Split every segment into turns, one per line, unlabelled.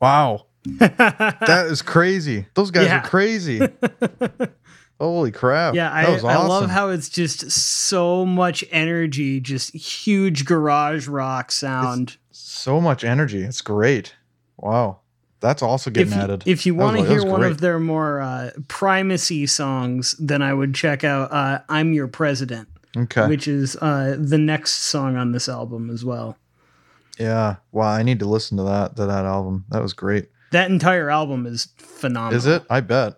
Wow. that is crazy. Those guys
Uh, Yeah.
are crazy. Holy crap.
Yeah, I,
that was awesome.
I love how it's just so much energy, just huge garage rock sound.
so much energy. It's great. Wow. That's also getting
if, you-
added.
if you
That was-
want to
that was
hear one
great.
of their more uh, primacy songs, then I would check out uh, "I'm Your President,"
Okay.
which is uh, the next song on this album as well.
yeah. Wow. I need to listen to that to that album. That was great.
That entire album is phenomenal.
Is it? I bet.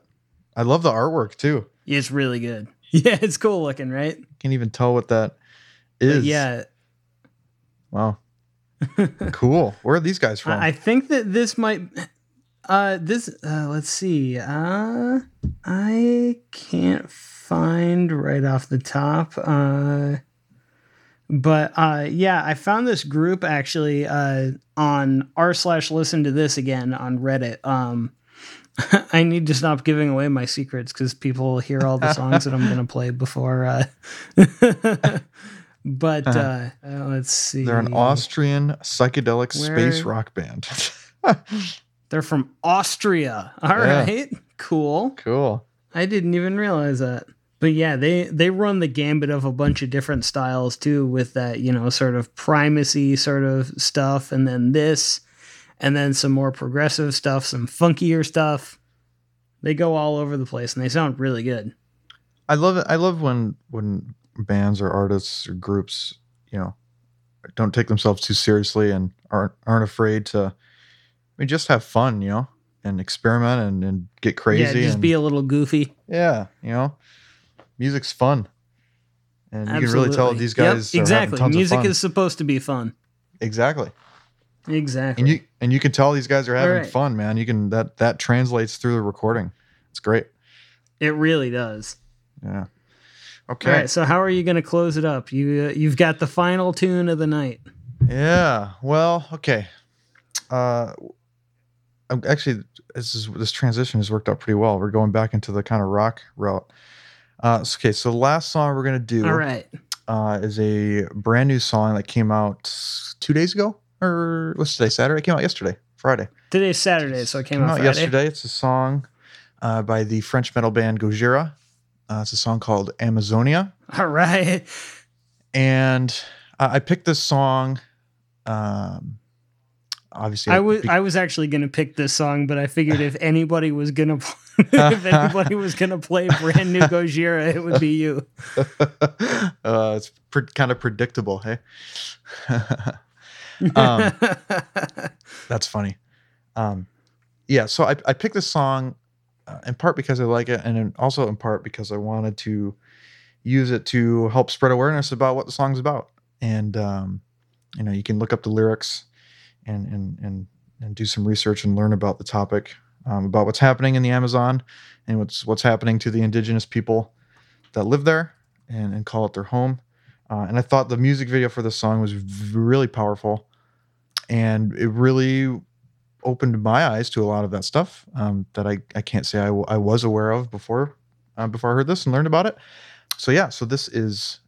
I love the artwork too.
It's really good. Yeah, it's cool looking, right?
Can't even tell what that
But
is.
yeah,
Wow. cool. Where are these guys from?
I, I think that this might. Uh, this uh, let's see. Uh, I can't find right off the top. Uh, but uh, yeah, I found this group actually uh, on r slash listen to this again on Reddit. Um, I need to stop giving away my secrets because people hear all the songs that I'm gonna play before. Uh, but uh, uh, let's see.
Uh-huh. They're an Austrian psychedelic space
Where-
rock band.
They're from Austria. All right,
Yeah.
Cool.
cool.
I didn't even realize that. But yeah, they they run the gambit of a bunch of different styles too with that, you know, sort of primacy sort of stuff and then this and then some more progressive stuff, some funkier stuff. They go all over the place and they sound really good.
I love it. I love when when bands or artists or groups, you know, don't take themselves too seriously and aren't aren't afraid to. I mean, just have fun, you know, and experiment and, and get crazy.
yeah, just
and,
be a little goofy.
yeah, you know, music's fun, and you can really tell
Absolutely.
these
Yep,
guys are having
exactly.
tons of
Music
fun.
is supposed to be fun.
exactly,
Exactly.
and you and you can tell these guys are having
right.
fun, man. You can that that translates through the recording. It's great.
it really does.
Yeah. Okay.
All right, so how are you going to close it up? You uh, you've got the final tune of the night.
Yeah. Well, okay. Uh, I'm actually this is this transition has worked out pretty well. We're going back into the kind of rock route. Uh, s- okay, so the last song we're gonna do
All right.
uh, is a brand new song that came out two days ago, or what's today? Saturday? It came out yesterday, Friday.
Today's Saturday, so it came,
Came
out,
out
Friday.
yesterday. It's a song uh, by the French metal band Gojira. Uh, it's a song called Amazonia.
All right.
and uh, I picked this song. Um, obviously,
I was
be-
I was actually going to pick this song, but I figured if anybody was going to if anybody was going to play brand new Gojira, it would be you.
uh, it's pre- kind of predictable. Hey, um, that's funny. Um, yeah, so I, I picked this song uh, in part because I like it, and in, also in part because I wanted to use it to help spread awareness about what the song's about. And um, you know, you can look up the lyrics and and and and do some research and learn about the topic, um, about what's happening in the Amazon and what's what's happening to the indigenous people that live there and, and call it their home. Uh, and I thought the music video for this song was v- really powerful, and it really opened my eyes to a lot of that stuff um, that I, I can't say I, w- I was aware of before uh, before I heard this and learned about it. So yeah, so this is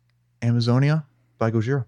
Amazonia by Gojira.